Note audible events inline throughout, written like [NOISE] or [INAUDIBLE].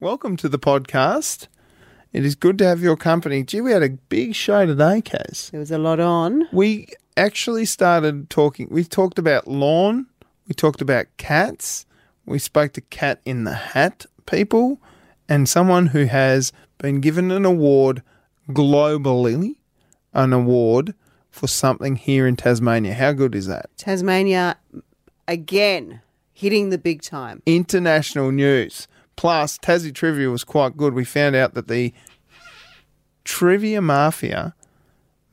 Welcome to the podcast. It is good to have your company. Gee, we had a big show today, Case. There was a lot on. We actually started talking. We talked about lawn. We talked about cats. We spoke to Cat in the Hat people and someone who has been given an award globally, an award for something here in Tasmania. How good is that? Tasmania again hitting the big time. international news. Plus, Tassie trivia was quite good. We found out that the trivia mafia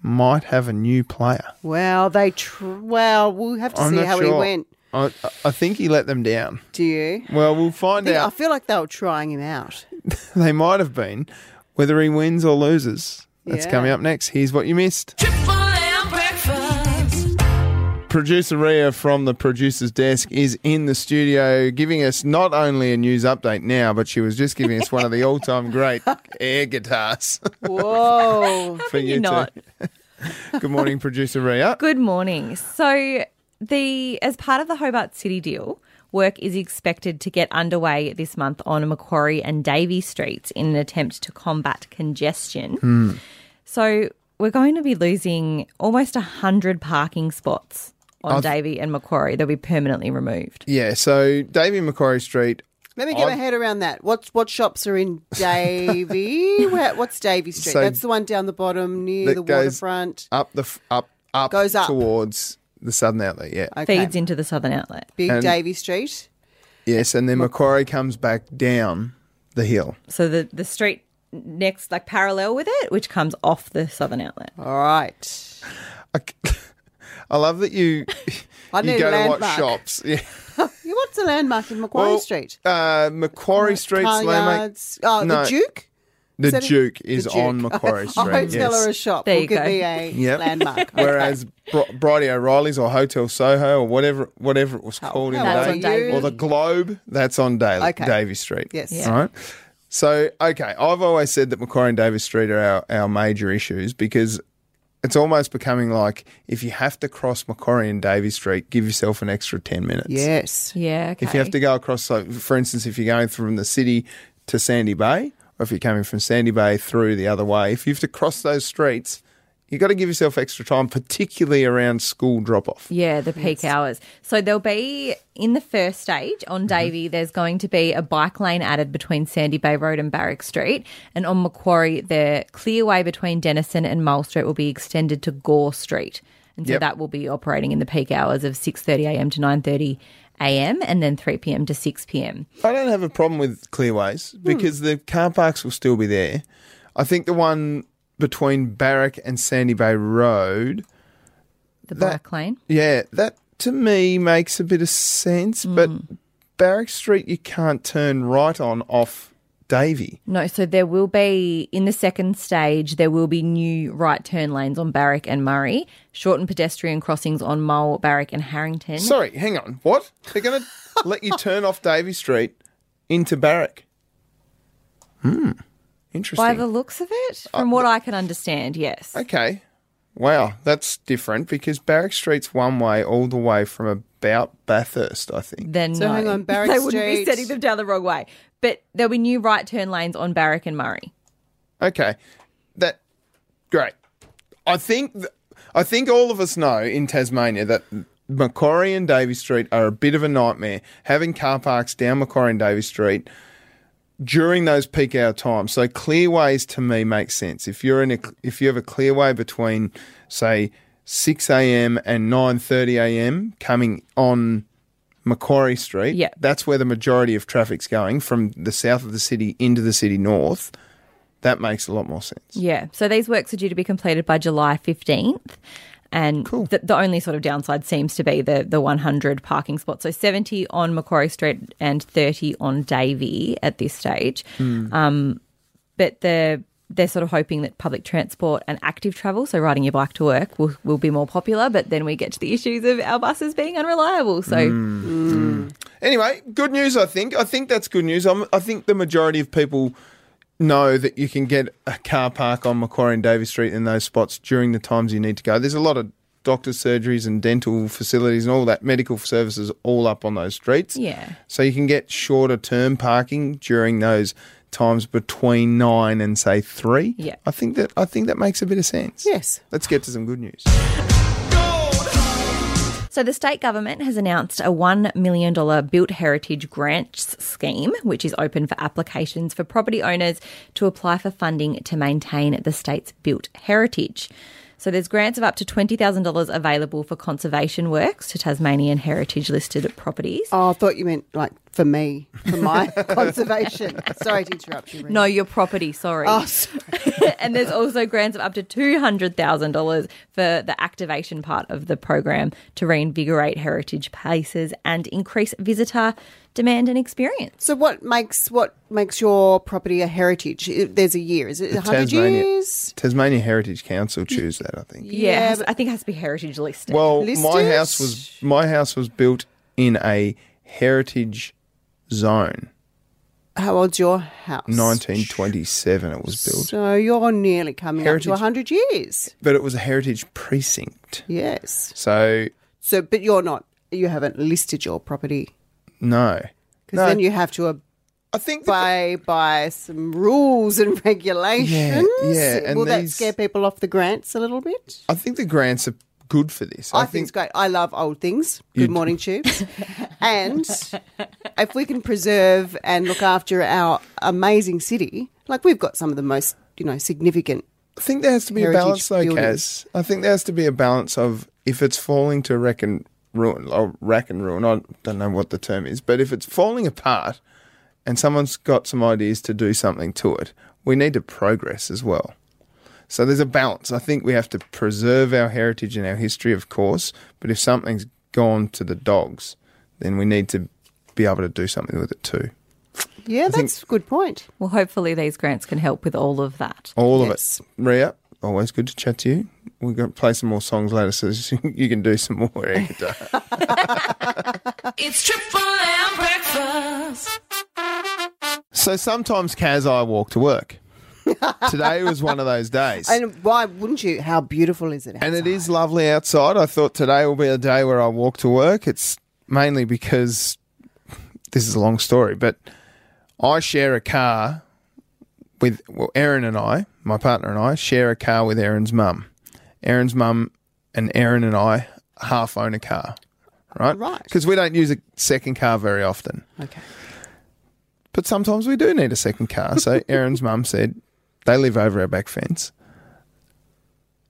might have a new player. Well, they tr- well, we'll have to I'm see not how sure. he went. I, I think he let them down. Do you? Well, we'll find I, think- I out. feel like they were trying him out. [LAUGHS] They might have been, whether he wins or loses. That's Yeah. coming up next. Here's what you missed. Triple M breakfast. Producer Ria from the producer's desk is in the studio giving us not only a news update now, but she was just giving us one of the all time [LAUGHS] great air guitars. Whoa. [LAUGHS] for can you too. not? Good morning, producer Ria. Good morning. So, the as part of the Hobart City deal, work is expected to get underway this month on Macquarie and Davy Streets in an attempt to combat congestion. Hmm. So, we're going to be losing almost 100 parking spots on Davy and Macquarie. They'll be permanently removed. Yeah, so Davy Macquarie Street. Let me get my head around that. What's what shops [LAUGHS] are in Davy? Where, what's Davy Street? So- That's the one down the bottom near That the goes- waterfront. Up the f- up up Goes up. towards the southern outlet. Yeah. Okay. Feeds into the southern outlet. Big and- Davy Street. Yes, and then Macquarie comes back down the hill. So, the, the street next, like parallel with it, which comes off the southern outlet. All right. I, c- [LAUGHS] I love that you I you need go to watch landmark. shops. [LAUGHS] Yeah. Yeah, What's the landmark in Macquarie Well, Street? Uh, Macquarie Street, Car Lamac. yards. Oh, No. the Duke. The that it? Duke is The Duke. on [LAUGHS] Macquarie Street. A hotel yes. or a shop There will you give go. me a Yep. landmark. [LAUGHS] Whereas Bro- Bridie O'Reilly's or Hotel Soho or whatever whatever it was called in Oh, That's the on day, Davy. or the Globe, that's on Daly, Okay. Davy Street. Yes. Yeah. All right. So okay, I've always said that Macquarie and Davis Street are our, our major issues because it's almost becoming like if you have to cross Macquarie and Davies Street, give yourself an extra ten minutes. Yes. Yeah. Okay. If you have to go across, so for instance, if you're going from the city to Sandy Bay, or if you're coming from Sandy Bay through the other way, if you have to cross those streets, you've got to give yourself extra time, particularly around school drop off. Yeah, the peak hours. So there'll be in the first stage Mm-hmm. on Davy, there's going to be a bike lane added between Sandy Bay Road and Barrack Street, and on Macquarie, the clearway between Denison and Mole Street will be extended to Gore Street, and so Yep. that will be operating in the peak hours of six thirty a.m. to nine thirty a.m. and then three p.m. to six p.m. I don't have a problem with clearways because the car parks will still be there. I think the one between Barrack and Sandy Bay Road, The That- bike lane. yeah, that to me makes a bit of sense. But Barrack Street, you can't turn right on off Davy. No, so there will be in the second stage there will be new right turn lanes on Barrack and Murray, shortened pedestrian crossings on Mole, Barrack and Harrington. Sorry, hang on. What? They're going to let you turn off Davy Street into Barrack. Hmm. Interesting. By the looks of it, Oh, from what I can understand, yes. Okay. Wow, that's different because Barrack Street's one way all the way from about Bathurst, I think. Then So no. hang on, Barrack [LAUGHS] they wouldn't Street. be setting them down the wrong way. But there'll be new right turn lanes on Barrack and Murray. Okay, that great. I think th- I think all of us know in Tasmania that Macquarie and Davy Street are a bit of a nightmare. Having car parks down Macquarie and Davy Street during those peak hour times. So clearways to me make sense. If you're in a cl- if you have a clearway between say 6 a.m. and 9:30 a.m. coming on Macquarie Street, Yeah. that's where the majority of traffic's going from the south of the city into the city north. That makes a lot more sense. Yeah. So these works are due to be completed by July 15th. And the, the only sort of downside seems to be the, the 100 parking spots. So 70 on Macquarie Street and 30 on Davy at this stage. Um, but the, they're sort of hoping that public transport and active travel, so riding your bike to work, will, will be more popular. But then we get to the issues of our buses being unreliable. So Anyway, good news, I think. I think that's good news. I'm, I think the majority of people know that you can get a car park on Macquarie and Davis Street in those spots during the times you need to go. There's a lot of doctors' surgeries and dental facilities and all that medical services all up on those streets. Yeah. So you can get shorter term parking during those times between nine and say three. Yeah. I think that I think that makes a bit of sense. Yes. Let's get to some good news. So, the state government has announced a $1 million built heritage grants scheme, which is open for applications for property owners to apply for funding to maintain the state's built heritage. So, there's grants of up to $20,000 available for conservation works to Tasmanian heritage listed properties. Oh, I thought you meant like for me, for [LAUGHS] my conservation. Sorry to interrupt you. Rhian. No, your property, sorry. Oh, sorry. [LAUGHS] and there's also grants of up to $200,000 for the activation part of the program to reinvigorate heritage places and increase visitor demand and experience. So what makes what makes your property a heritage? I- There's a year, is it? hundred Tasmania. years. Tasmania Heritage Council choose that, I think. Yeah, Yeah, it has- but- I think it has to be heritage listed. Well, my Listed? house was my house was built in a heritage zone. How old's your house? 1927 it was built, So you're nearly coming Heritage. up to hundred years. but it was a heritage precinct. Yes. So So, but you're not. You haven't listed your property no, because then you have to I think that abide by some rules and regulations. yeah, and Will that these- scare people off the grants a little bit? I think the grants are good for this. I, think, it's great. I love old things. Good [LAUGHS] morning, tubes. and if we can preserve and look after our amazing city, like we've got some of the most, you know, significant. I think there has to be a heritage balance, though, Kaz. buildings. I think there has to be a balance of if it's falling to wreck and ruin, or rack and ruin. I don't know what the term is, but if it's falling apart, and someone's got some ideas to do something to it, we need to progress as well. So there's a balance. I think we have to preserve our heritage and our history, of course. But if something's gone to the dogs, then we need to be able to do something with it too. Yeah, that's a good point. well, hopefully these grants can help with all of that. All of Yes. it. Ria, always good to chat to you. We're going to play some more songs later so [LAUGHS] you can do some more air guitar. It's triple M breakfast. so sometimes Kaz I walk to [LAUGHS] work. Today was one of those days. And, And why wouldn't you? How beautiful is it? it outside? is lovely outside. I thought today will be a day where I walk to work. It's mainly because this is a long story, but I share a car with, well, Erin and I, my partner and I, share a car with Erin's mum. Erin's mum and Erin and I half own a car, right? Right. Because we don't use a second car very often. Okay. But sometimes we do need a second car. [LAUGHS] So Erin's mum said, they live over our back fence.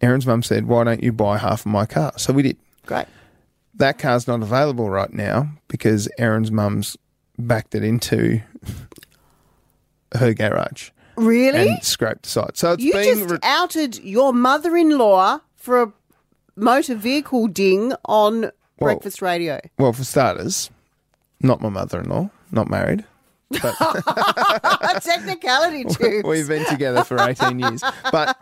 Erin's mum said, why don't you buy half of my car? So we did. Great. That car's not available right now because Erin's mum's backed it into her garage Really? and scraped the side. So it's you been. just re- outed your mother-in-law for a motor vehicle ding on breakfast radio. [LAUGHS] Well, for starters, not my mother in law, not married. A [LAUGHS] technicality, too. We've been together for 18 years. But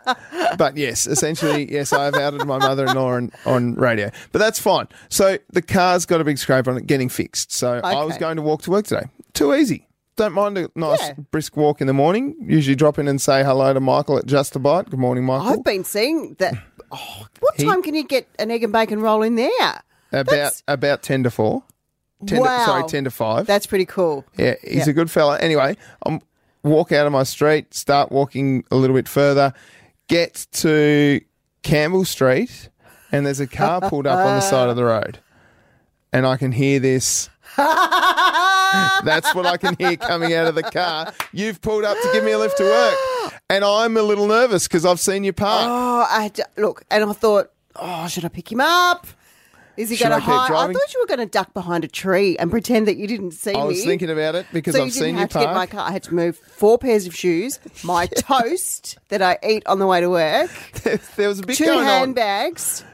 but yes, essentially, yes, I've outed my mother in law on, on radio. But that's fine. So the car's got a big scrape on it getting fixed. So I was Okay. going to walk to work today. Too easy. Don't mind a nice Yeah. brisk walk in the morning. Usually drop in and say hello to Michael at Just a Bite. Good morning, Michael. I've been seeing [SIGHS] that. Oh, what time can you get an egg and bacon roll in there? about that's- about 10 to 4. 10 to, Wow. sorry, 10 to 5. That's pretty cool. Yeah, he's a good fella. Anyway, I'm walk out of my street, start walking a little bit further, get to Campbell Street, and there's a car pulled up [LAUGHS] on the side of the road. And I can hear this. That's what I can hear coming out of the car. You've pulled up to give me a lift to work. And I'm a little nervous because I've seen you park. Oh, I d- look, and I thought, oh, should I pick him up? Is he Should going to I keep hide? I driving? thought you were going to duck behind a tree and pretend that you didn't see me. I was thinking about it because Oh, so I've you didn't seen you have to get my park. car. I had to move four pairs of shoes, my toast that I eat on the way to work, [LAUGHS] there was a bit two going on. handbags,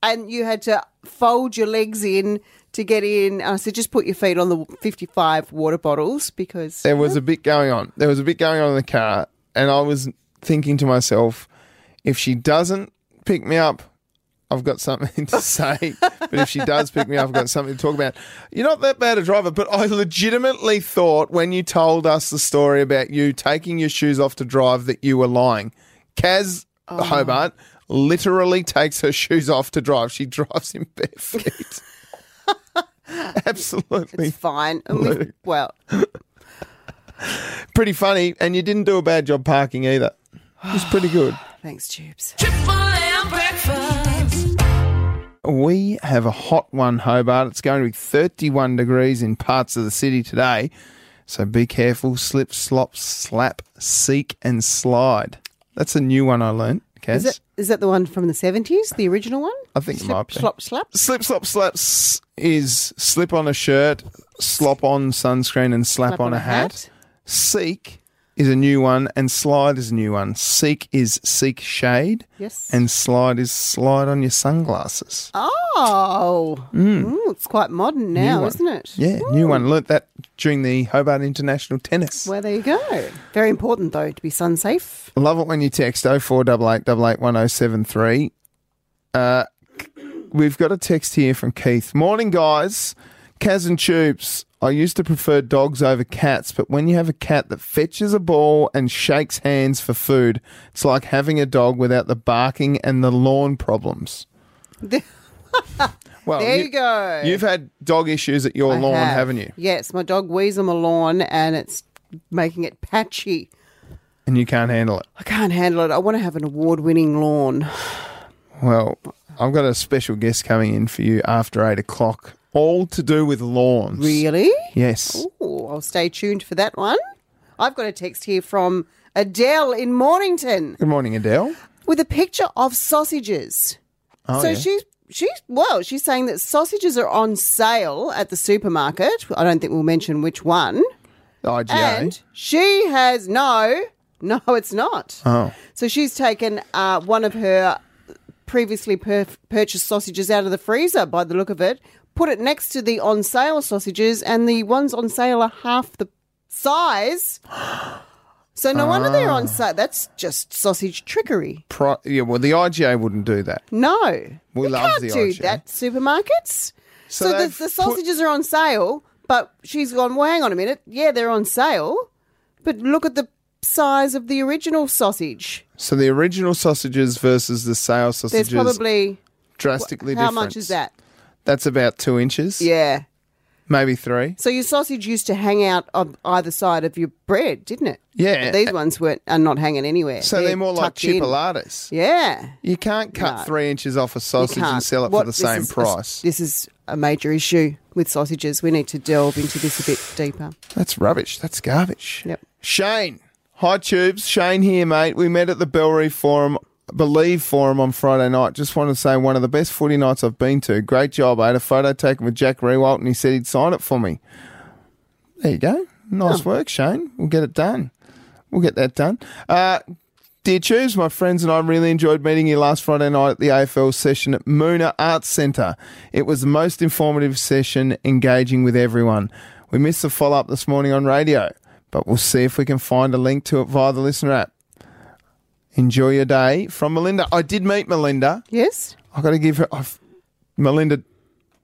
and you had to fold your legs in to get in. I said, just put your feet on the 55 water bottles because There was a bit going on. There was a bit going on in the car, and I was thinking to myself, if she doesn't pick me up, I've got something to say. but if she does pick me up, I've got something to talk about. You're not that bad a driver, but I legitimately thought when you told us the story about you taking your shoes off to drive that you were lying. Kaz Hobart literally takes her shoes off to drive. She drives in barefoot. Absolutely. It's fine. And we, well, Pretty funny. And you didn't do a bad job parking either. It was pretty good. thanks, Tubes. Triple M breakfast. [SIGHS] We have a hot one, Hobart. It's going to be 31 degrees in parts of the city today. So be careful. Slip, slop, slap, seek, and slide. That's a new one I learned, Kaz. Is it? Is that the one from the seventies? The original one? I think it might Slip, be. slop, slap. Slip, slop, slap s- is slip on a shirt, slop on sunscreen, and slap, on, a hat. Seek is a new one, and slide is a new one. Seek is seek shade, Yes. and slide is slide on your sunglasses. Oh, Ooh, it's quite modern now, Mm. one. isn't it? Yeah, new one. Learnt that during the Hobart International Tennis. Well, there you go. Very important though to be sun safe. Love it when you text 0488881073. Uh, we've got a text here from Keith. Morning, guys. Kaz and Tubes. I used to prefer dogs over cats, but when you have a cat that fetches a ball and shakes hands for food, it's like having a dog without the barking and the lawn [LAUGHS] problems. There- Well, There you go. You've had dog issues at your I lawn, have. haven't you? Yes, my dog wheezed on my lawn and it's making it patchy. And you can't handle it. I can't handle it. I want to have an award winning lawn. Well, I've got a special guest coming in for you after eight o'clock, all to do with lawns. Really? Yes. Ooh, I'll stay tuned for that one. I've got a text here from Adele in Mornington Good morning, Adele. with a picture of sausages. Oh, so yeah. she's she's well, she's saying that sausages are on sale at the supermarket. I don't think we'll mention which one. IGA. And she has no, no, it's not. oh, So she's taken uh, one of her previously per- purchased sausages out of the freezer by the look of it, put it next to the on sale sausages, and the ones on sale are half the size. [GASPS] So no wonder they're on sale. That's just sausage trickery. pro- yeah. Well, the IGA wouldn't do that. No. We love can't the do IGA. that, supermarkets. So So, the, they've the sausages are on sale, but she's gone, well, hang on a minute. Yeah, they're on sale, but look at the size of the original sausage. So the original sausages versus the sale There's sausages probably drastically How different. much is that? That's about two inches. Yeah. Maybe three. So your sausage used to hang out on either side of your bread, didn't it? Yeah. But these ones weren't are not hanging anywhere. So they're, more like tucked in. chipolatas. Yeah. You can't cut No. three inches off a You sausage and can't. sell it What- for the this same is a- price. this is a major issue with sausages. We need to delve into this a bit deeper. That's rubbish. That's garbage. Yep. Shane. Hi, Tubes. Shane here, mate. We met at the Bellary Forum, Believe Forum on Friday night. Just want to say one of the best footy nights I've been to. Great job. I had a photo taken with Jack Rewalt and he said he'd sign it for me. There you go. Nice work, Shane. We'll get it done. We'll get that done. Uh, Dear Tubes, my friends and I really enjoyed meeting you last Friday night at the AFL session at Moona Arts Centre. It was the most informative session, engaging with everyone. We missed the follow up this morning on radio, but we'll see if we can find a link to it via the listener app. Enjoy your day from Melinda. I did meet Melinda. Yes. I've got to give her. I've, Melinda,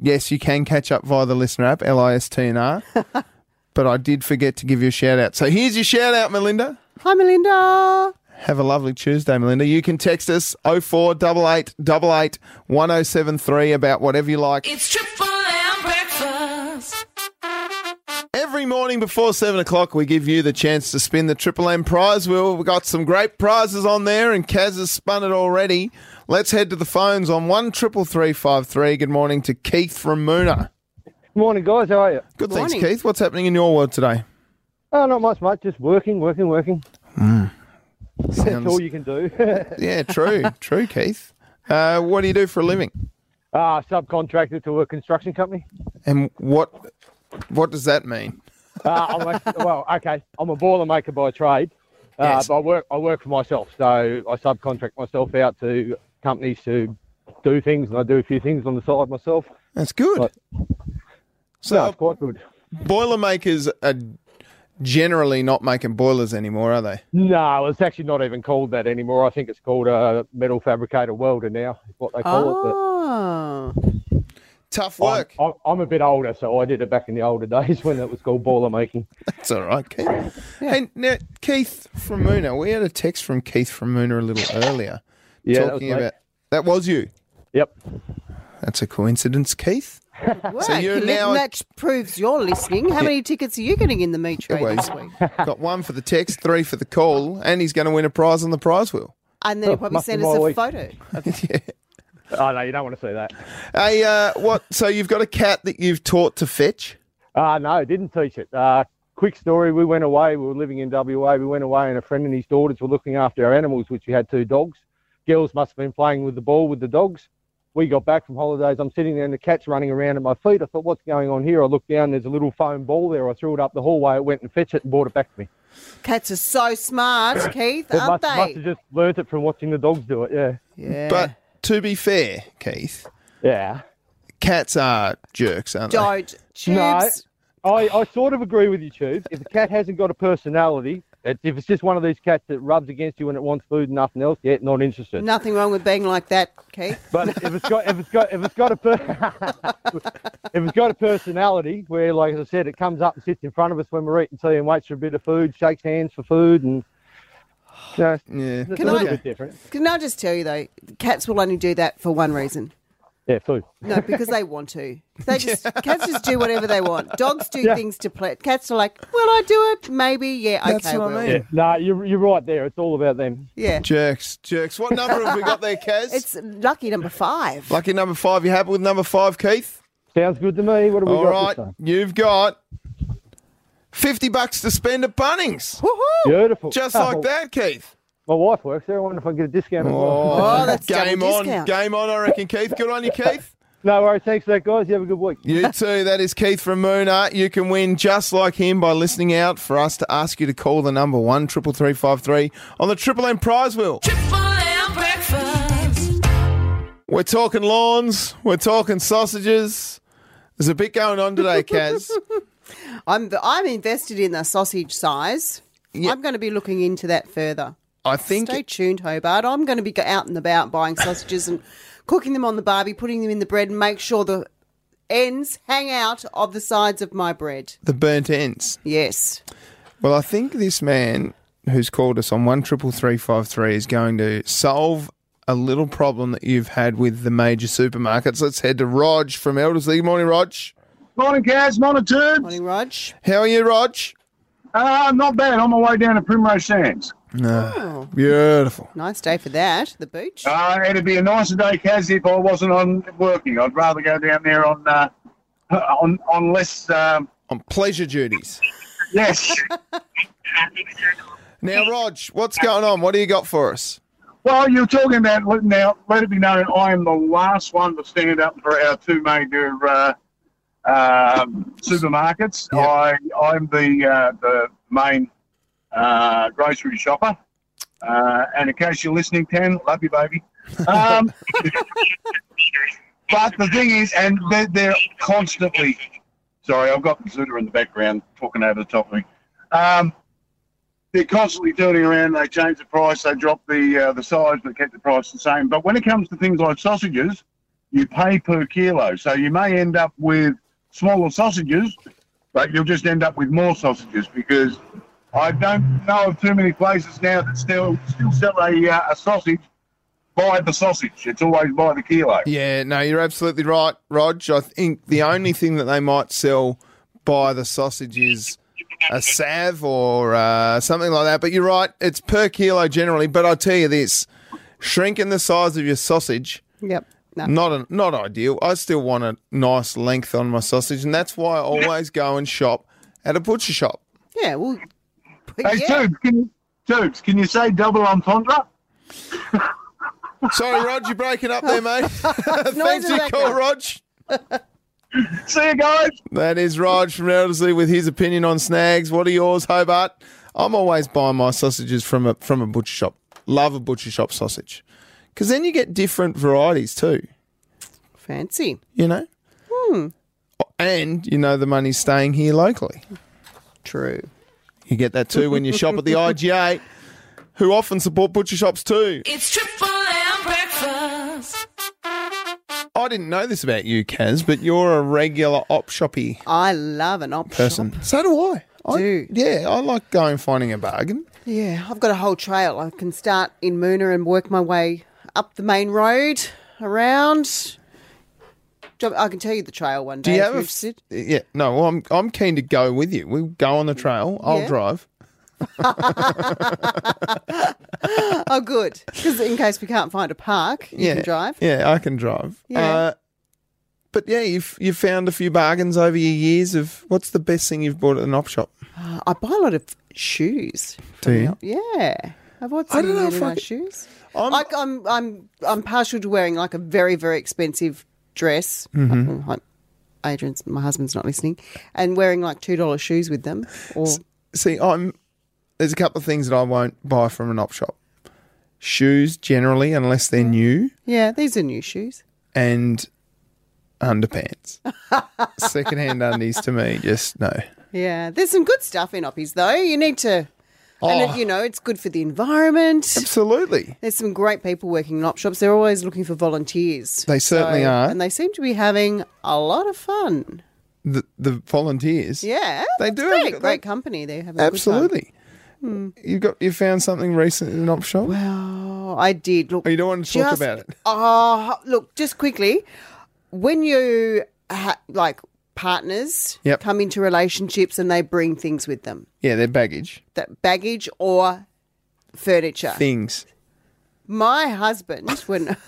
yes, you can catch up via the listener app, L I S T N R. But I did forget to give you a shout out. So here's your shout out, Melinda. Hi, Melinda. Have a lovely Tuesday, Melinda. You can text us 0488881073 about whatever you like. It's Triple M breakfast. Every morning before 7 o'clock, we give you the chance to spin the Triple M prize wheel. We've got some great prizes on there, and Kaz has spun it already. Let's head to the phones on 133353. Good morning to Keith from Moona. Morning, guys. How are you? Good Morning. thanks, Keith. What's happening in your world today? Oh, not much, mate. Just working, working, working. That's all Sounds- you can do. [LAUGHS] yeah, true, true, Keith. Uh, what do you do for a living? Ah, subcontracted to a construction company. And what what does that mean? Ah, I'm actually, well, okay. I'm a [LAUGHS] boilermaker by trade, uh, Yes. but I work I work for myself. So I subcontract myself out to companies to do things, and I do a few things on the side myself. That's good. Right. so, No, it's quite good. Boilermakers are generally not making boilers anymore, are they? No, it's actually not even called that anymore. I think it's called a metal fabricator welder now. Is what they call it. Oh. Tough But I'm- work. I'm, I'm a bit older, so I did it back in the older [LAUGHS] days when it was called boilermaking. That's all right, Keith. Hey, now, Keith from Moona, we had a text from Keith from Moona a little earlier Yeah, that was talking me. about That was you. Yep. That's a coincidence, [LAUGHS] Keith. Wow, you're Cliff, now- that proves you're listening. How many tickets are you getting in the meat trade Well, this he's week? got one for the text, three for the call, and he's going to win a prize on the prize wheel. And [LAUGHS] then he Oh, probably must sent be us a my week. photo. yeah. Oh no, you don't want to see that. Hey, uh, what? So you've got a cat that you've taught to fetch? Uh, no, didn't teach it. Uh, quick story: we went away. We were living in WA. We went away, and a friend and his daughters were looking after our animals, which we had two dogs. Girls must have been playing with the ball with the dogs. We got back from holidays. I'm sitting there, and the cat's running around at my feet. I thought, "What's going on here?" I looked down. There's a little foam ball there. I threw it up the hallway. It went and fetched it and brought it back to me. Cats are so smart, Keith, It aren't must, must they? have just learnt it from watching the dogs do it. Yeah, Yeah. But to be fair, Keith, yeah. cats are jerks, aren't they? don't. Tubes. No. I, I sort of agree with you, Tube. If a cat hasn't got a personality, it, if it's just one of these cats that rubs against you when it wants food and nothing else, yeah, not interested. Nothing wrong with being like that, Keith. But if it's got if it's got if it's got a per- [LAUGHS] if it's got a personality where, like I said, it comes up and sits in front of us when we're eating tea and waits for a bit of food, shakes hands for food, and you know, Yeah. it's Can a little I- bit different. Can I just tell you though, cats will only do that for one reason. Yeah, food. No, because they want to. They just cats just do whatever they want. Dogs do things to play. Cats are like, will I do it? Maybe. Yeah. That's okay. what I well." mean. Yeah, no, you're you're right there. It's all about them. Yeah. Jerks, jerks. What number have we got [LAUGHS] there, Kaz? It's lucky number five. Lucky number five. You happy with number five, Keith? Sounds good to me. What have we All got right. this time? You've got 50 bucks to spend at Bunnings. Woohoo! Beautiful. Just Oh, like that, Keith. My wife works there. I wonder if I can get a discount. as well. Oh, that's game double on. discount. Game on, I reckon, Keith. Good on you, Keith. No worries. Thanks for that, guys. You have a good week. You too. That is Keith from Moonart. You can win just like him by listening out for us to ask you to call the number one triple three five three on the Triple M prize wheel. Triple M breakfast. We're talking lawns. We're talking sausages. There's a bit going on [LAUGHS] today, Kaz. I'm I'm invested in the sausage size. I'm going to be looking into that further. I think Stay tuned, Hobart. I'm going to be go- out and about buying sausages and cooking them on the barbie, putting them in the bread, and make sure the ends hang out of the sides of my bread. the burnt ends. Yes. Well, I think this man who's called us on one triple three five three is going to solve a little problem that you've had with the major supermarkets. Let's head to Rog from Eldersley. Good morning, Rog. Morning, Gaz. Morning, Tube. [SIGHS] Morning, Rog. How are you, Rog? Uh, not bad. On my way down to Primrose Sands. Oh, Beautiful. nice day for that. The beach. Uh, it'd be a nicer day, Gaz, if I wasn't on working. I'd rather go down there on uh, on on less. Um, On pleasure duties. yes. [LAUGHS] Now, Rog, what's going on? What do you got for us? well, you're talking about let- now. Let it be known, I am the last one to stand up for our two major uh, um supermarkets. Yeah. I I'm the uh, the main uh, grocery shopper. Uh, and in case you're listening, Tan, love you, baby. Um, but the thing is, and they're, they're constantly. Sorry, I've got Zuda in the background talking over the top of me. Um, they're constantly turning around. They change the price. They drop the uh, the size, but keep the price the same. But when it comes to things like sausages, you pay per kilo, so you may end up with smaller sausages, but you'll just end up with more sausages because I don't know of too many places now that still still sell a, uh, a sausage by the sausage. It's always by the kilo. Yeah, no, you're absolutely right, Rog. I think the only thing that they might sell by the sausage is a salve or uh, something like that. But you're right, it's per kilo generally. But I tell you this, shrinking the size of your sausage Yep. No. not a, not ideal. I still want a nice length on my sausage, and that's why I always go and shop at a butcher shop. Yeah. Well. Hey, yeah. Tubes, can you, Tubes, can you say double entendre? Sorry, Rog, you're breaking up there, mate. [LAUGHS] noise Thanks for in the your call, background. Rog. See you guys. That is Raj from Eldersley with his opinion on snags. What are yours, Hobart? I'm always buying my sausages from a from a butcher shop. Love a butcher shop sausage, because then you get different varieties too. Fancy. You know, Hmm. and you know the money's staying here locally. True. You get that too when you shop [LAUGHS] at the IGA, who often support butcher shops too. It's Triple M breakfast. I didn't know this about you, Kaz, but you're a regular op shoppy I love an op person. shop. So do I. I Dude. Yeah, I like going finding a bargain. Yeah, I've got a whole trail. I can start in Moona and work my way up the main road, around. Do you- I can tell you the trail one day. Do you if have you're a f- interested. yeah? No, well, I'm I'm keen to go with you. We'll go on the trail. I'll Yeah. drive. Oh, good. Because in case we can't find a park, you yeah, can drive. Yeah, I can drive. Yeah. Uh, but yeah, you've you've found a few bargains over your years of what's the best thing you've bought at the op shop? I buy a lot of shoes. Do you? Yeah. I've bought I some don't know really if I nice could- shoes. I'm- like I'm, I'm, I'm partial to wearing like a very, very expensive dress. Mm-hmm. Uh, Adrian's, my husband's not listening, and wearing like two dollar shoes with them. Or See, I'm there's a couple of things that I won't buy from an op shop. Shoes generally, unless they're new, yeah, these are new shoes. and [LAUGHS] underpants. Secondhand undies to me, just no. Yeah, there's some good stuff in oppies though. You need to, and Oh. it, you know, it's good for the environment. Absolutely. There's some great people working in op shops. They're always looking for volunteers. They certainly are. and they seem to be having a lot of fun. The the volunteers. Yeah, They that's do have great, good- great company. They have Absolutely. Hmm. You got you found something recent in an op shop? Oh, I did. Look, Oh, you don't want to talk just- about it? Oh, look, just quickly. When you ha- like partners Yep. come into relationships and they bring things with them, Yeah, their baggage. that baggage or furniture. Things. [LAUGHS] My husband, when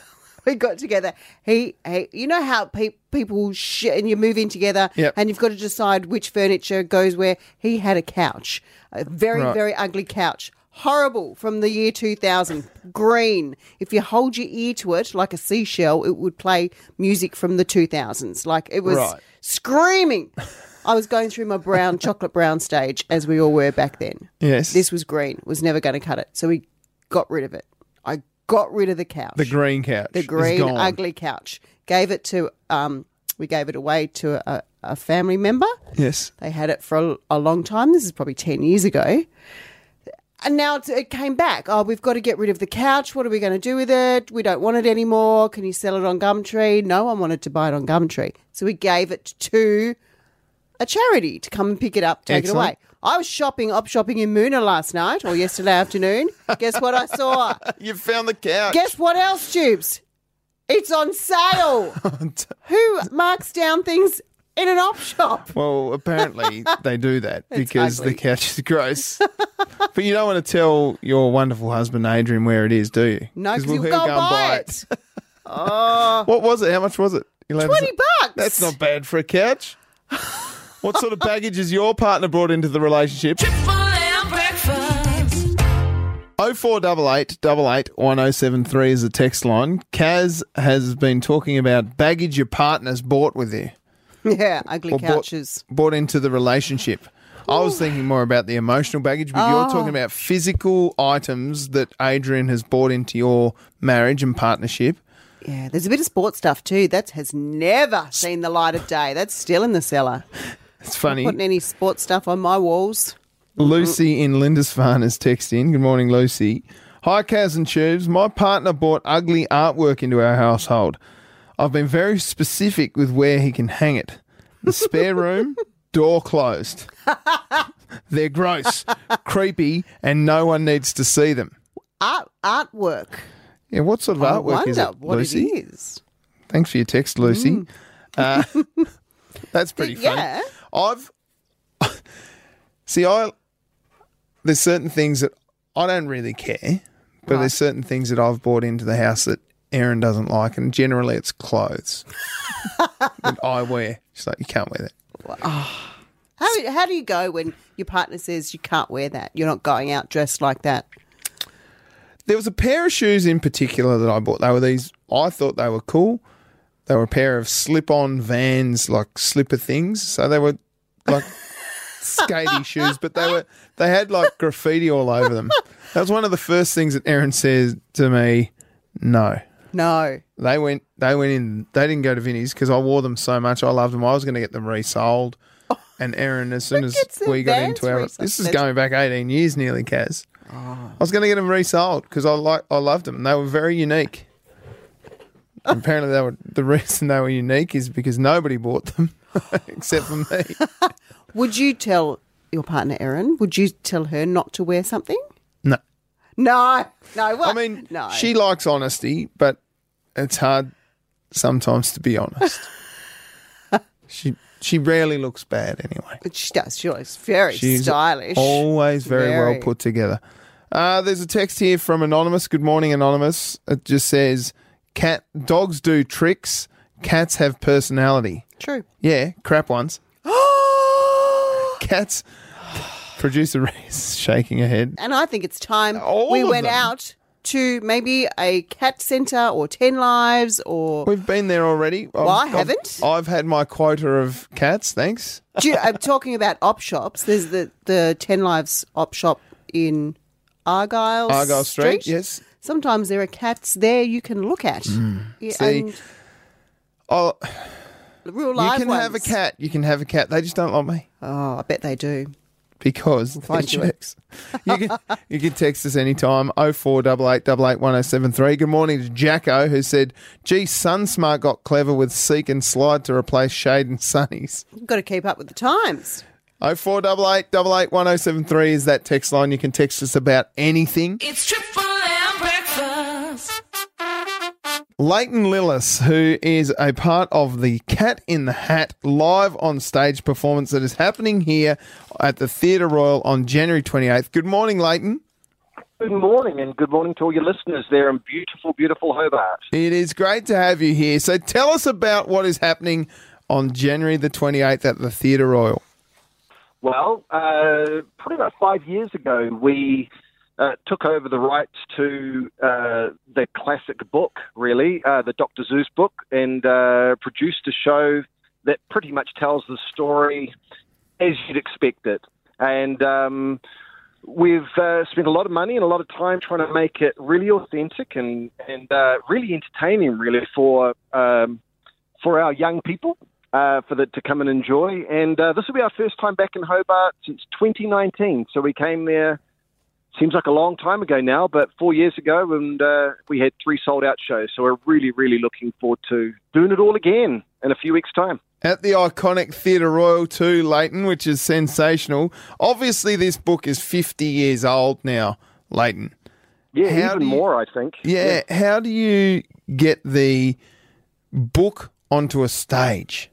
we got together, he, he you know how pe- people sh- and you move in together Yep. and you've got to decide which furniture goes where. He had a couch, a very, Right. very ugly couch. Horrible from the year 2000. Green. If you hold your ear to it like a seashell, it would play music from the 2000s. Like it was Right. screaming. I was going through my brown, chocolate brown stage as we all were back then. Yes. This was green, was never going to cut it. So we got rid of it. I got rid of the couch. The green couch. The is green, gone. ugly couch. Gave it to, um, we gave it away to a, a family member. Yes. They had it for a, a long time. This is probably 10 years ago. And now it's, it came back. Oh, we've got to get rid of the couch. What are we going to do with it? We don't want it anymore. Can you sell it on Gumtree? No, I wanted to buy it on Gumtree. So we gave it to a charity to come and pick it up, take Excellent. it away. I was shopping, up shopping in Moona last night or yesterday afternoon. Guess what I saw? You found the couch. Guess what else, Tubes? It's on sale. Who marks down things in an op [LAUGHS] shop? well, apparently they do [LAUGHS] that because ugly. the couch is gross. but you don't want to tell your wonderful husband Adrian where it is, do you? No, because we'll you'll go, go and buy it. What was it? How much was it? You let us- 20 bucks. That's not bad for a couch. what sort of baggage has your partner brought into the relationship? Triple M breakfast. 0488 88 1073 is the text line. Kaz has been talking about baggage your partner's bought with you. [LAUGHS] Yeah, ugly or bought- couches. bought, into the relationship. I was thinking more about the emotional baggage, but you're talking about physical items that Adrian has bought into your marriage and partnership. Yeah, there's a bit of sports stuff too. That has never seen the light of day. That's still in the cellar. It's funny. Putting any sports stuff on my walls. Lucy in Lindisfarne is texting. Good morning, Lucy. Hi, Kaz and Tubes. My partner bought ugly artwork into our household. I've been very specific with where he can hang it. The spare [LAUGHS] room, door closed. They're gross, creepy, and no one needs to see them. Art artwork. Yeah, what sort of I artwork wonder is it, what Lucy? it is. Mm. Thanks for your text, Lucy. [LAUGHS] Uh, that's pretty funny. Yeah. I've [LAUGHS] see, I there's certain things that I don't really care, but there's certain things that I've bought into the house that Erin doesn't like, and generally it's clothes that I wear. She's like, you can't wear that. How, how do you go when your partner says you can't wear that? You're not going out dressed like that. There was a pair of shoes in particular that I bought. They were these. I thought they were cool. They were a pair of slip-on Vans, like slipper things. So they were like skatey shoes, but they were they had like graffiti all over them. That was one of the first things that Erin said to me. No, No. they went they went in. They didn't go to Vinnie's because I wore them so much. I loved them. I was going to get them resold. And Erin, as soon as gets Oh, the we got Vans into our, resold. Oh. this is That's- going back eighteen years nearly, Kaz. I was going to get them resold because I like I loved them. They were very [LAUGHS] unique. Apparently, they were the reason they were unique is because nobody bought them [LAUGHS] except for me. Would you tell your partner Erin? Would you tell her not to wear something? No, No, no. What? I mean, [LAUGHS] no. she likes honesty, but it's hard sometimes to be [LAUGHS] honest. she she rarely looks bad anyway. But she does. She looks very She's stylish. Always very, Very. well put together. Uh, there's a text here from Anonymous. Good morning, Anonymous. It just says, "Cat dogs do tricks. Cats have personality. True. Yeah, crap [GASPS] ones. Cats." Producer Reese shaking her head. And I think it's time All we of went them. out to maybe a cat centre or Ten Lives [LAUGHS] or We've been there already. Well, I haven't. I've, I've had my quota of cats. Thanks. Do you- I'm uh, talking about op shops. There's the, the Ten Lives op shop in Argyle, Argyle Street, yes. Mm. Sometimes there are cats there you can look at. Yeah, See, and Oh, real you live can have a ones. cat. You can have a cat. They just don't like me Oh, I bet they do. because they're find you a- chicks. [LAUGHS] You can, you can text us anytime. Oh four double eight double eight one zero seven three. Good morning to Jacko who said, "Gee, Sunsmart got clever with Seek and Slide to replace Shade and Sunnies." You've got to keep up with the times. Oh four double eight double eight one zero seven three is that text line. You can text us about anything. It's triple M breakfast. Leighton Lillis, who is a part of the Cat in the Hat live on stage performance that is happening here at the Theatre Royal on January 28th. Good morning, Leighton. Good morning, and good morning to all your listeners there in beautiful, beautiful Hobart. It is great to have you here. So tell us about what is happening on January the 28th at the Theatre Royal. Well, uh, probably about five years ago, we uh, took over the rights to uh, the classic book, really, uh, the Dr. Zeus book, and uh, produced a show that pretty much tells the story as you'd expect it. And um, we've uh, spent a lot of money and a lot of time trying to make it really authentic and, and uh, really entertaining, really, for, um, for our young people uh, for the, to come and enjoy. And uh, this will be our first time back in Hobart since 2019. So we came there, seems like a long time ago now, but four years ago, and uh, we had three sold out shows. So we're really, really looking forward to doing it all again in a few weeks' time. At the iconic Theatre Royal too, Leighton, which is sensational. Obviously, this book is 50 years old now, Leighton. Yeah, How do even you- more, I think. Yeah, how do you get the book onto a stage?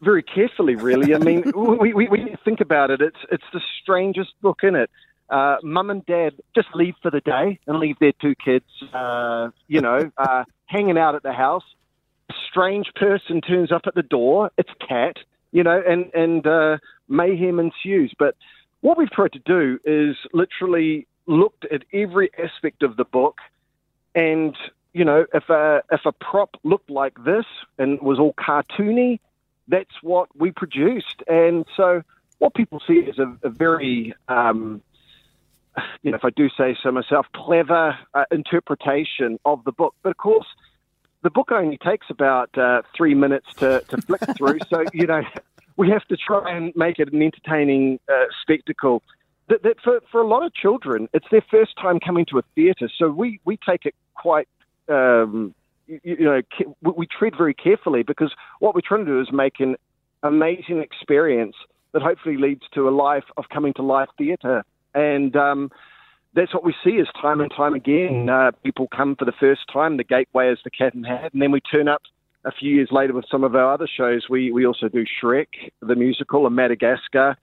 very carefully, really. I mean, we, we, we think about it. It's it's the strangest book in it. Uh, Mum and Dad just leave for the day and leave their two kids, uh, you know, uh, hanging out at the house. A strange person turns up at the door. It's a cat, you know, and and uh, mayhem ensues. But what we've tried to do is literally looked at every aspect of the book and you know if a if a prop looked like this and was all cartoony that's what we produced and so what people see is a, a very um, you know if i do say so myself clever uh, interpretation of the book but of course the book only takes about uh, three minutes to, to flick through so you know we have to try and make it an entertaining uh, spectacle that, that for, for a lot of children, it's their first time coming to a theatre. So we, we take it quite, um, you, you know, ca- we, we tread very carefully because what we're trying to do is make an amazing experience that hopefully leads to a life of coming to live theatre. And um, that's what we see is time and time again. Uh, people come for the first time. The gateway is the Cat and Hat, and then we turn up a few years later with some of our other shows. We we also do Shrek the musical and Madagascar,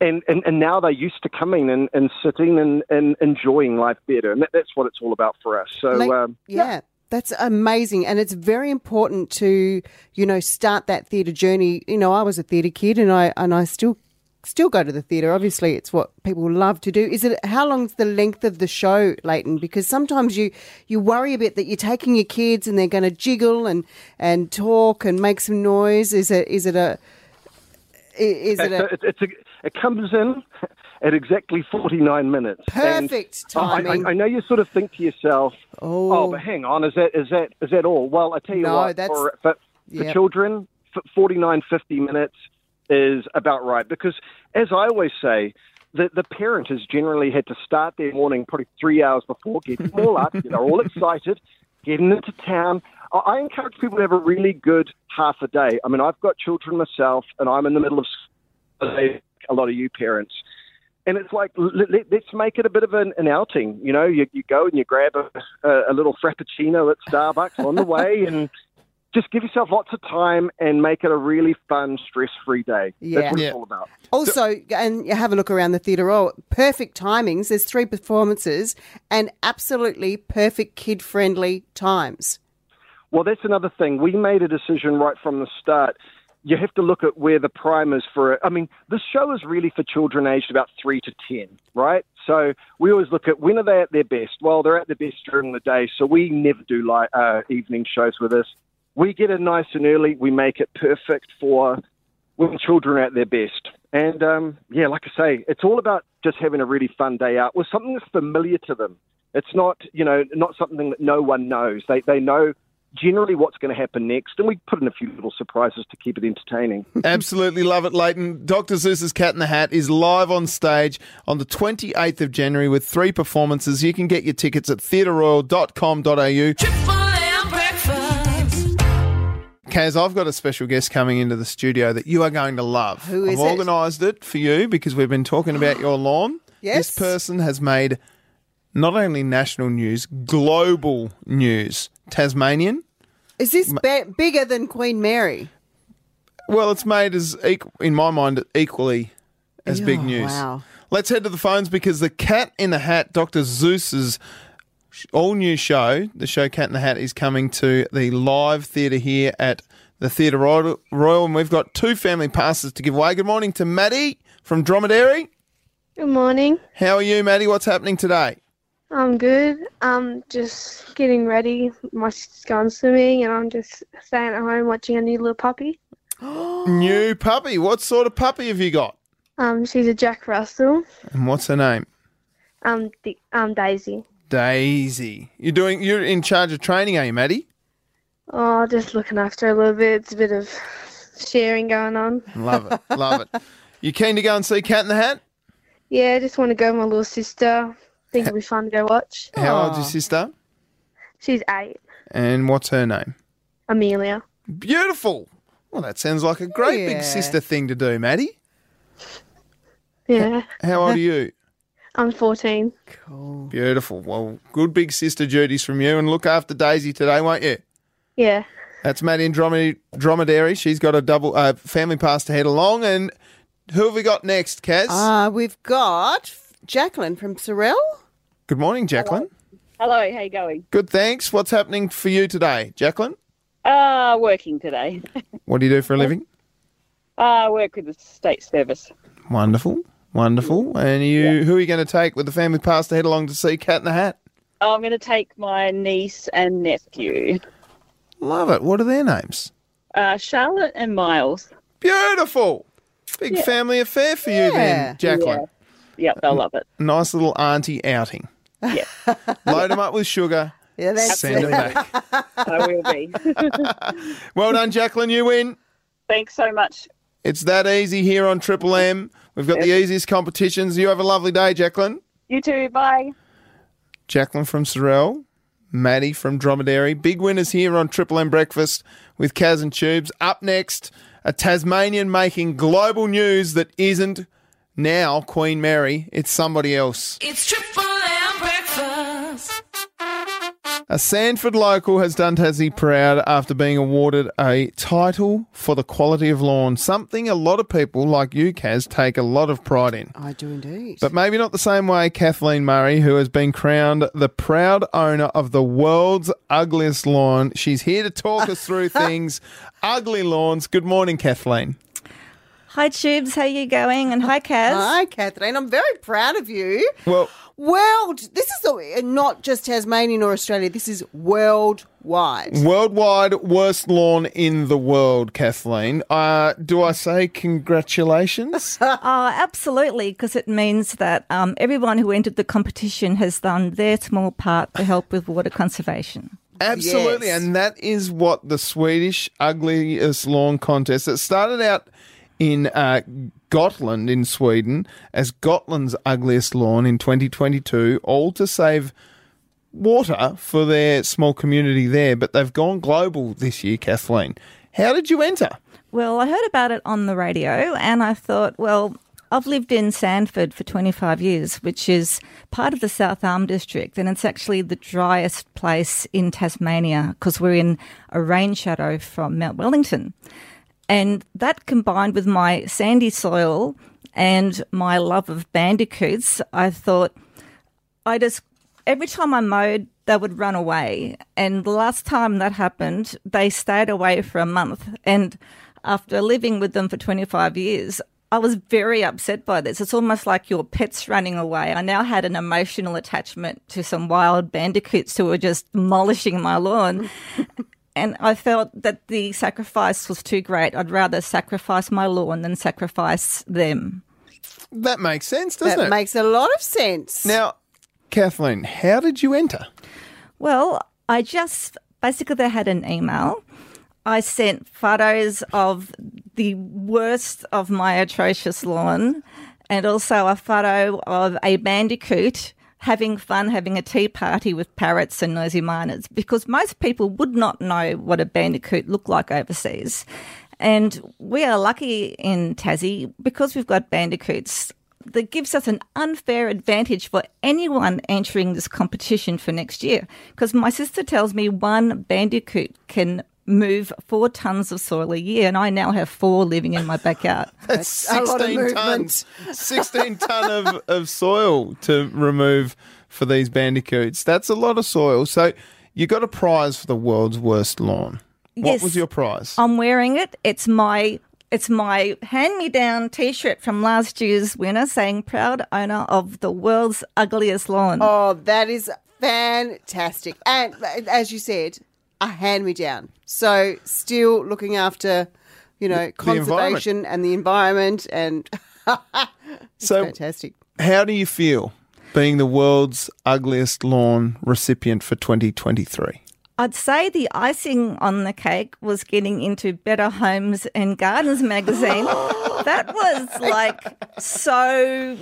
and and, and now they're used to coming and, and sitting and, and enjoying live theatre, and that, that's what it's all about for us. So. Like- um, yeah. That's amazing. And it's very important to, you know, start that theatre journey. You know, I was a theatre kid and I and I still still go to the theatre. Obviously it's what people love to do. Is it how long's the length of the show, Leighton? Because sometimes you you worry a bit that you're taking your kids and they're gonna jiggle and and talk and make some noise. Is it is it a i- is it So a it, it's a, it comes in [LAUGHS] at exactly 49 minutes. And- Perfect Oh, I- timing. I, I know you sort of think to yourself, Oh. oh, but hang on, is that is that is that all? Well, I tell you No, what, that's- for, for, yeah. for children, f- 49, 50 minutes is about right. Because as I always say, the, the parent has generally had to start their morning probably three hours before, get them all up, they're all excited, getting into town. I, I encourage people to have a really good half a day. I mean, I've got children myself, and I'm in the middle of s- a lot of you parents. And it's like, l- let, let's make it a bit of an, an outing. You know, you, you go and you grab a, a, a little frappuccino at Starbucks on the way and just give yourself lots of time and make it a really fun, stress free day. Yeah. That's what Yeah. it's all about. Also, and you have a look around the theatre. Oh, perfect timings. There's three performances and absolutely perfect kid friendly times. Well, that's another thing. We made a decision right from the start. You have to look at where the prime is for it. I mean, this show is really for children aged about three to 10, right? So we always look at when are they at their best? Well, they're at their best during the day. So we never do like uh, evening shows with us. We get it nice and early. We make it perfect for when children are at their best. And um, yeah, like I say, it's all about just having a really fun day out with something that's familiar to them. It's not, you know, not something that no one knows. They, they know generally what's going to happen next, and we put in a few little surprises to keep it entertaining. Absolutely love it, Leighton. Dr. Zeus's Cat in the Hat is live on stage on the 28th of January with three performances. You can get your tickets at theatreroyal.com.au. Triple M breakfast. Kaz, I've got a special guest coming into the studio that you are going to love. Who is I've it? organised it for you because we've been talking about your lawn. Yes. This person has made not only national news, global news. Tasmanian. Is this ba- bigger than Queen Mary? Well, it's made as equ- in my mind equally as big Oh, news. wow. Let's head to the phones because the Cat in the Hat, Doctor Zeus's all new show, the show Cat in the Hat, is coming to the live theatre here at the Theatre Royal, Royal, and we've got two family passes to give away. Good morning to Maddie from Dromedary. Good morning. How are you, Maddie? What's happening today? I'm good. I'm just getting ready. My sister's gone swimming, and I'm just staying at home watching a new little puppy. New puppy. What sort of puppy have you got? Um, she's a Jack Russell. And what's her name? Um, the, um, Daisy. Daisy. You're doing. You're in charge of training, are you, Maddie? Oh, just looking after her a little bit. It's a bit of sharing going on. Love it. Love it. You keen to go and see Cat in the Hat? Yeah, I just want to go with my little sister. Think it'll be fun to go watch. How Oh. old's your sister? She's eight. And what's her name? Amelia. Beautiful. Well, that sounds like a great Yeah. big sister thing to do, Maddie. Yeah, How old are [LAUGHS] you? I'm 14. Beautiful. Well, good big sister duties from you, and look after Daisy today, won't you? Yeah. That's Maddie in Drome- Dromedary. She's got a double uh, family pass to head along. And who have we got next, Kaz? Uh, we've got Jacqueline from Sorel. good morning, Jacqueline. Hello, how you going? Good, thanks. What's happening for you today, Jacqueline? Uh, working today. What do you do for a living? I work with the state service. Wonderful, wonderful. And you, who are you going to take with the family pass to head along to see Cat in the Hat? I'm going to take my niece and nephew, Love it. What are their names? uh, Charlotte and Miles. Beautiful. Big family affair for you Yeah. then, Jacqueline. Yep, they'll love it. Nice little auntie outing. Yeah. [LAUGHS] Load them up with sugar. Yeah, that's Send them back. I will be. Well done, Jacqueline. You win. Thanks so much. It's that easy here on Triple M. We've got the easiest competitions. You have a lovely day, Jacqueline. You too. Bye. Jacqueline from Sorel, Maddie from Dromedary. Big winners here on Triple M Breakfast with Kaz and Tubes. Up next, a Tasmanian making global news that isn't now Queen Mary, it's somebody else. It's Triple M breakfast. A Sanford local has done Tassie proud after being awarded a title for the quality of lawn, something a lot of people like you, Kaz, take a lot of pride in. I do indeed. But maybe not the same way Kathleen Murray, who has been crowned the proud owner of the world's ugliest lawn. She's here to talk us through things. Ugly lawns. Good morning, Kathleen. Hi, Tubes. How you going? And hi, Kaz. Hi, Catherine. I'm very proud of you. Well, World, this is a, not just Tasmanian or Australia. This is worldwide. worldwide worst lawn in the world, Kathleen. Uh, do I say congratulations? Oh, absolutely, because it means that um, everyone who entered the competition has done their small part to help with water conservation. Absolutely, Yes. and that is what the Swedish ugliest lawn contest. It started out in uh, Gotland in Sweden as Gotland's ugliest lawn in 2022, all to save water for their small community there. But they've gone global this year, Kathleen. How did you enter? Well, I heard about it on the radio, and I thought, well, I've lived in Sanford for 25 years, which is part of the South Arm district, and it's actually the driest place in Tasmania because we're in a rain shadow from Mount Wellington. And that combined with my sandy soil and my love of bandicoots, I thought I just every time I mowed, they would run away. And the last time that happened, they stayed away for a month. And after living with them for 25 years, I was very upset by this. It's almost like your pets running away. I now had an emotional attachment to some wild bandicoots who were just demolishing my lawn. and I felt that the sacrifice was too great. I'd rather sacrifice my lawn than sacrifice them. That makes sense, doesn't That it? makes a lot of sense. now, Kathleen, how did you enter? Well, I just basically they had an email. I sent photos of the worst of my atrocious lawn and also a photo of a bandicoot having fun having a tea party with parrots and noisy miners because most people would not know what a bandicoot looked like overseas. And we are lucky in Tassie because we've got bandicoots that gives us an unfair advantage for anyone entering this competition for next year. Because my sister tells me one bandicoot can move four tons of soil a year, and I now have four living in my backyard. [LAUGHS] That's a lot of 16 tons. movement. 16 ton of, of soil to remove for these bandicoots. That's a lot of soil. So you got a prize for the world's worst lawn. What Yes. was your prize? I'm wearing it. It's my it's my hand-me-down T-shirt from last year's winner, saying "Proud owner of the world's ugliest lawn." Oh, that is fantastic. And uh, as you said, a hand me down. So still looking after, you know, conservation and the environment and so, [LAUGHS] fantastic. how do you feel being the world's ugliest lawn recipient for 2023? I'd say the icing on the cake was getting into Better Homes and Gardens magazine. that was like so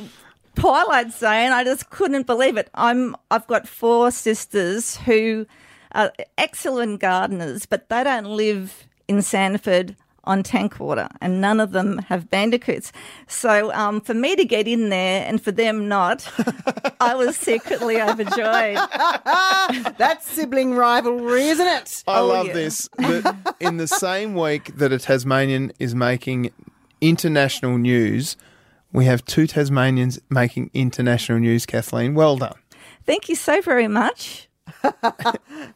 Twilight Zone. I just couldn't believe it. I'm I've got four sisters who are excellent gardeners, but they don't live in Sanford on Tankwater, and none of them have bandicoots. So um, for me to get in there and for them not, I was secretly overjoyed. That's sibling rivalry, isn't it? I Oh, love yeah. this. That in the same week that a Tasmanian is making international news, we have two Tasmanians making international news, Kathleen. Well done. Thank you so very [LAUGHS] much.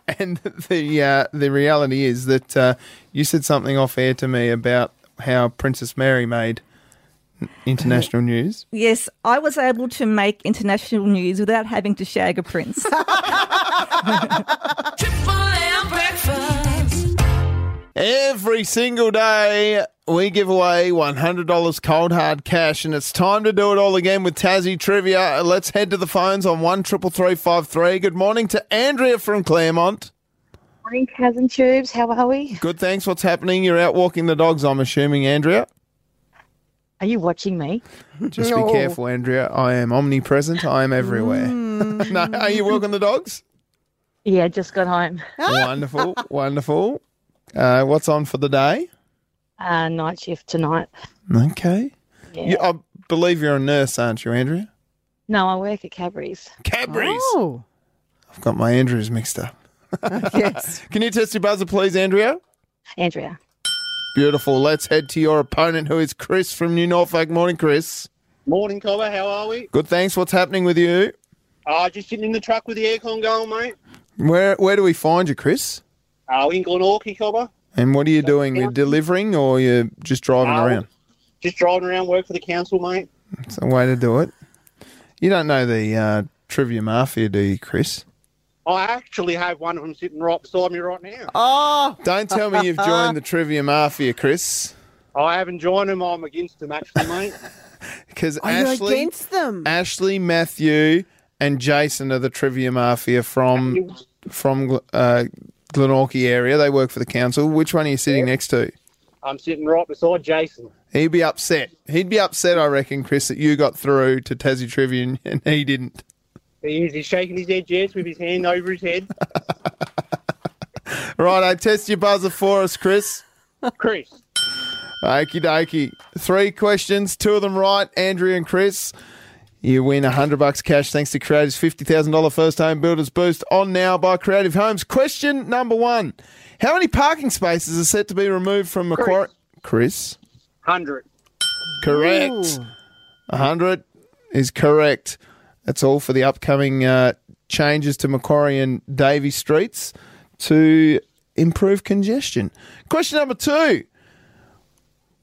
And the uh, the reality is that uh, you said something off air to me about how Princess Mary made [LAUGHS] international news. Yes, I was able to make international news without having to shag a prince. Triple M breakfast. Every single day, we give away $100 cold hard cash, and it's time to do it all again with Tassie Trivia. Let's head to the phones on 133353. Good morning to Andrea from Claremont. Morning, cousin Tubes. How are we? Good, thanks. What's happening? You're out walking the dogs, I'm assuming, Andrea. Are you watching me? Just be careful, Andrea. I am omnipresent. I am everywhere. [LAUGHS] no, are you walking the dogs? Yeah, just got home. wonderful, wonderful. Uh, what's on for the day? Uh, night shift tonight. Okay. Yeah. You, I believe you're a nurse, aren't you, Andrea? No, I work at Cadbury's. Cadbury's. Oh, I've got my Andrews mixed up. [LAUGHS] yes. [LAUGHS] Can you test your buzzer, please, Andrea? Andrea. Beautiful. Let's head to your opponent, who is Chris from New Norfolk. Morning, Chris. Morning, Cobber. How are we? Good. Thanks. What's happening with you? Uh, just sitting in the truck with the aircon going, mate. Where Where do we find you, Chris? Uh, in Glenorchy, Cobber. And what are you doing? You're delivering or you're just driving Uh, around? Just driving around, work for the council, mate. It's a way to do it. You don't know the uh, trivia mafia, do you, Chris? I actually have one of them sitting right beside me right now. Oh, Don't tell me you've [LAUGHS] joined the trivia mafia, Chris, I haven't joined them. I'm against them, actually, mate. because are you Ashley, against them? Ashley, Matthew, and Jason are the trivia mafia from from uh, Glenorchy area. They work for the council. Which one are you sitting next to? I'm sitting right beside Jason. He'd be upset. He'd be upset, I reckon, Chris, that you got through to Tassie Trivia [LAUGHS] and he didn't. He's, he's shaking his head, yes, with his hand over his [LAUGHS] head. Right, I test your buzzer for us, Chris. Chris, Okie dokie. Three questions, two of them right. Andrea and Chris, you win 100 bucks cash thanks to Creative's $50,000 first home builders boost on now by Creative Homes. Question number one How many parking spaces are set to be removed from Macquarie? Chris? 100. Correct. A 100 is correct. That's all for the upcoming uh, changes to Macquarie and Davy streets to improve congestion. Question number two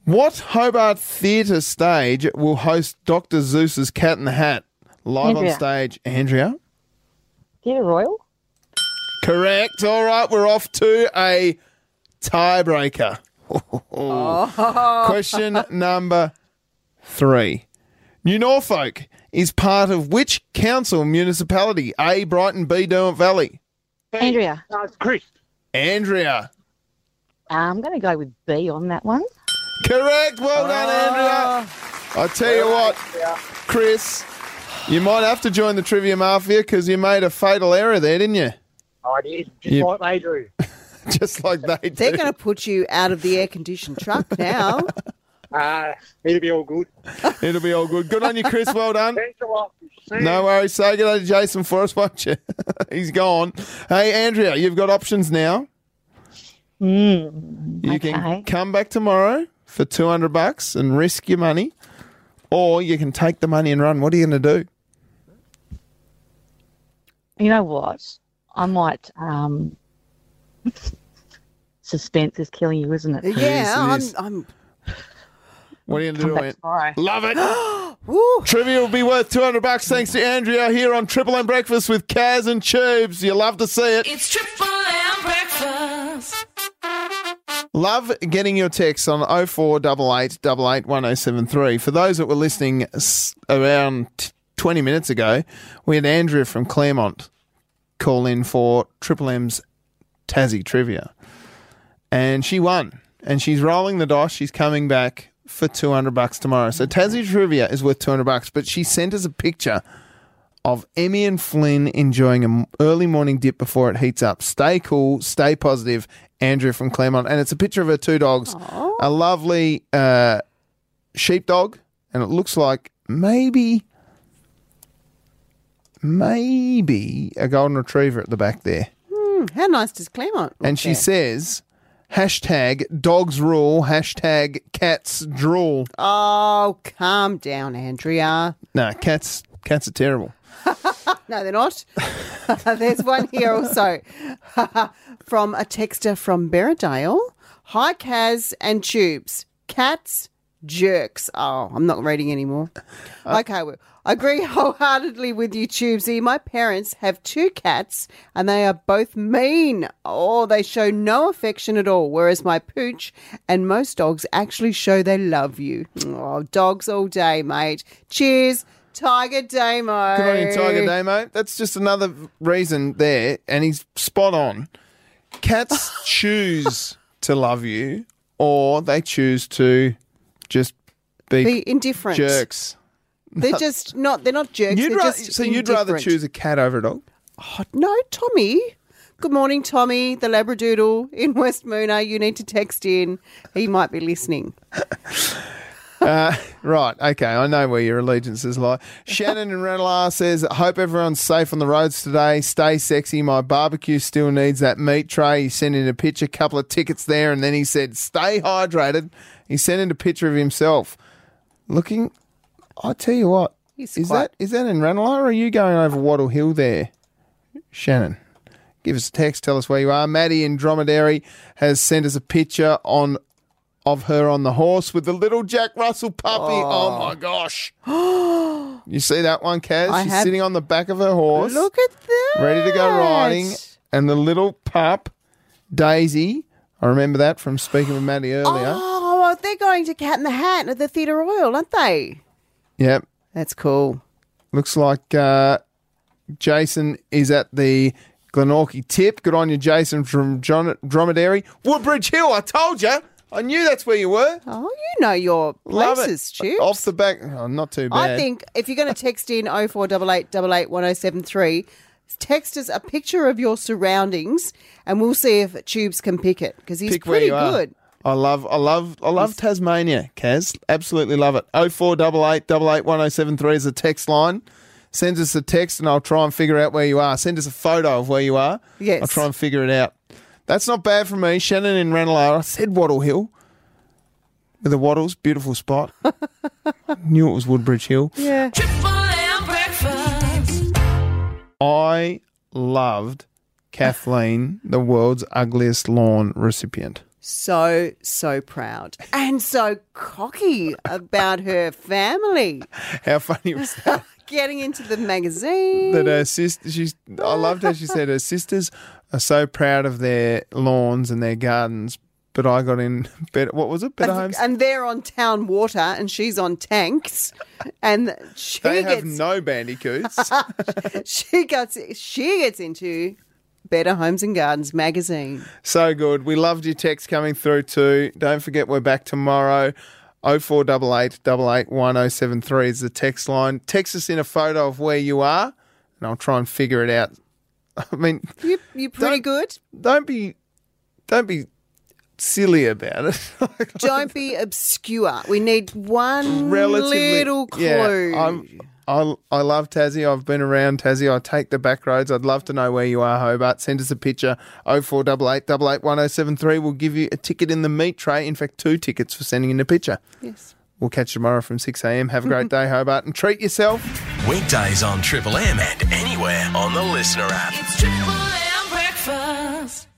What Hobart Theatre stage will host Dr. Zeus's Cat in the Hat live Andrea. on stage? Andrea? Theatre Royal? Correct. All right, we're off to a tiebreaker. Oh. Question number three. New Norfolk is part of which council municipality? A. Brighton, B. Derwent Valley. Andrea. Chris. Andrea. I'm going to go with B on that one. Ah. Correct. Well done, Andrea. I tell you what, Chris, you might have to join the Trivia Mafia because you made a fatal error there, didn't you? I did. Just Yeah. like they do. [LAUGHS] Just like they do. They're going to put you out of the air conditioned [LAUGHS] truck now. Uh, it'll be all good. It'll be all good. Good on [LAUGHS] you, Chris. Well done. Thanks a lot. No worries. Say good day to Jason for us, won't you? [LAUGHS] He's gone. Hey, Andrea, you've got options now. Mm, You can come back tomorrow for 200 bucks and risk your money, or you can take the money and run. What are you going to do? You know what? I might. Um, [LAUGHS] suspense is killing you, isn't it? Yeah, Yes, it I'm, What are you going to Come do? back Ant? tomorrow. Love it. [GASPS] Trivia will be worth 200 bucks thanks to Andrea here on Triple M Breakfast with Kaz and Tubes. You love to see it. It's Triple M breakfast. Love getting your texts on 0488 88 1073. For those that were listening s- around t- 20 minutes ago, we had Andrea from Claremont call in for Triple M's Tassie Trivia. And she won. And she's rolling the dice. She's coming back for 200 bucks tomorrow. So Tassie Trivia is worth 200 bucks, but she sent us a picture of Emmy and Flynn enjoying an early morning dip before it heats up. Stay cool, stay positive. Andrew from Claremont, and it's a picture of her two dogs, a lovely uh, sheepdog, and it looks like maybe, maybe a golden retriever at the back there. Hmm, how nice does Claremont? And she says, hashtag dogs rule, hashtag cats drool. Oh, calm down, Andrea. No, cats, cats are terrible. No, they're not. [LAUGHS] There's one here also [LAUGHS] from a texter from Berridale. Hi, Kaz and Tubes. Cats, jerks. Oh, I'm not reading anymore. Uh. okay, well, I agree wholeheartedly with you, Tubesy. My parents have two cats and they are both mean. Oh, they show no affection at all, whereas my pooch and most dogs actually show they love you. Oh, dogs all day, mate. Cheers. Tiger Damo. Good on you, Tiger Damo. That's just another reason there, and he's spot on. Cats [LAUGHS] choose to love you, or they choose to just be, Be indifferent. jerks. They're just not. They're not jerks. You'd they're ra- just so you'd rather indifferent. choose a cat over a dog? No, Tommy. Good morning, Tommy, the Labradoodle in [LAUGHS] West Moona. You need to text in. He might be listening. Uh, right, okay, I know where your allegiances lie. Shannon and Renalar says, Hope everyone's safe on the roads today. Stay sexy. My barbecue still needs that meat tray. He sent in a picture, couple of tickets there, and then he said, Stay hydrated. He sent in a picture of himself. Looking, I tell you what, He's is quite- that is that in Renalar or are you going over Wattle Hill there, Shannon? Give us a text. Tell us where you are. Maddie in Dromedary has sent us a picture on of her on the horse with the little Jack Russell puppy. Oh, my gosh! [GASPS] you see that one, Kaz? I She's have- sitting on the back of her horse, Look at that. ready to go riding, and the little pup Daisy. I remember that from speaking with Maddie earlier. Oh, well, they're going to Cat in the Hat at the Theatre Royal, aren't they? Yep. That's cool. Looks like uh, Jason is at the Glenorchy tip. Good on you, Jason from John- Dromedary. Woodbridge Hill, I told you. I knew that's where you were. Oh, you know your Love places, it. Stu. Off the back. Oh, not too bad. I think if you're going to text in 0488881073, text us a picture of your surroundings and we'll see if Tubes can pick it because he's Pick where pretty you are. good. I love, I love, I love Tasmania, Kaz. Absolutely love it. Oh four double eight double eight one oh seven three is the text line. Send us a text, and I'll try and figure out where you are. Send us a photo of where you are. Yes. I'll try and figure it out. That's not bad for me. Shannon in Ranelagh. I said Wattle Hill. With the Wattles, beautiful spot. [LAUGHS] Knew it was Woodbridge Hill. Yeah. Triple M breakfast. I loved Kathleen, the world's ugliest lawn recipient. So, so proud and so cocky about her family. [LAUGHS] How funny was that? Getting into the magazine. that her sister, she's, I loved how she said her sisters are so proud of their lawns and their gardens, but I got in better, what was it? Better homes? and they're on town water and she's on tanks and she They have gets no bandicoots. [LAUGHS] [LAUGHS] she gets she gets into Better Homes and Gardens magazine. So good. We loved your text coming through too. Don't forget we're back tomorrow. 0488 881073 is the text line. Text us in a photo of where you are and I'll try and figure it out. [LAUGHS] I mean, You you're pretty good. Don't be don't be silly about it. [LAUGHS] Don't be obscure. We need one little clue. Yeah, I'm, I, I love Tassie. I've been around Tassie. I take the back roads. I'd love to know where you are, Hobart. Send us a picture. 0488 881073. We'll give you a ticket in the meat tray. In fact, two tickets for sending in a picture. Yes. We'll catch you tomorrow from 6 a.m. Have a [LAUGHS] great day, Hobart, and treat yourself. Weekdays on Triple M and anywhere on the Listener app. It's Triple M breakfast.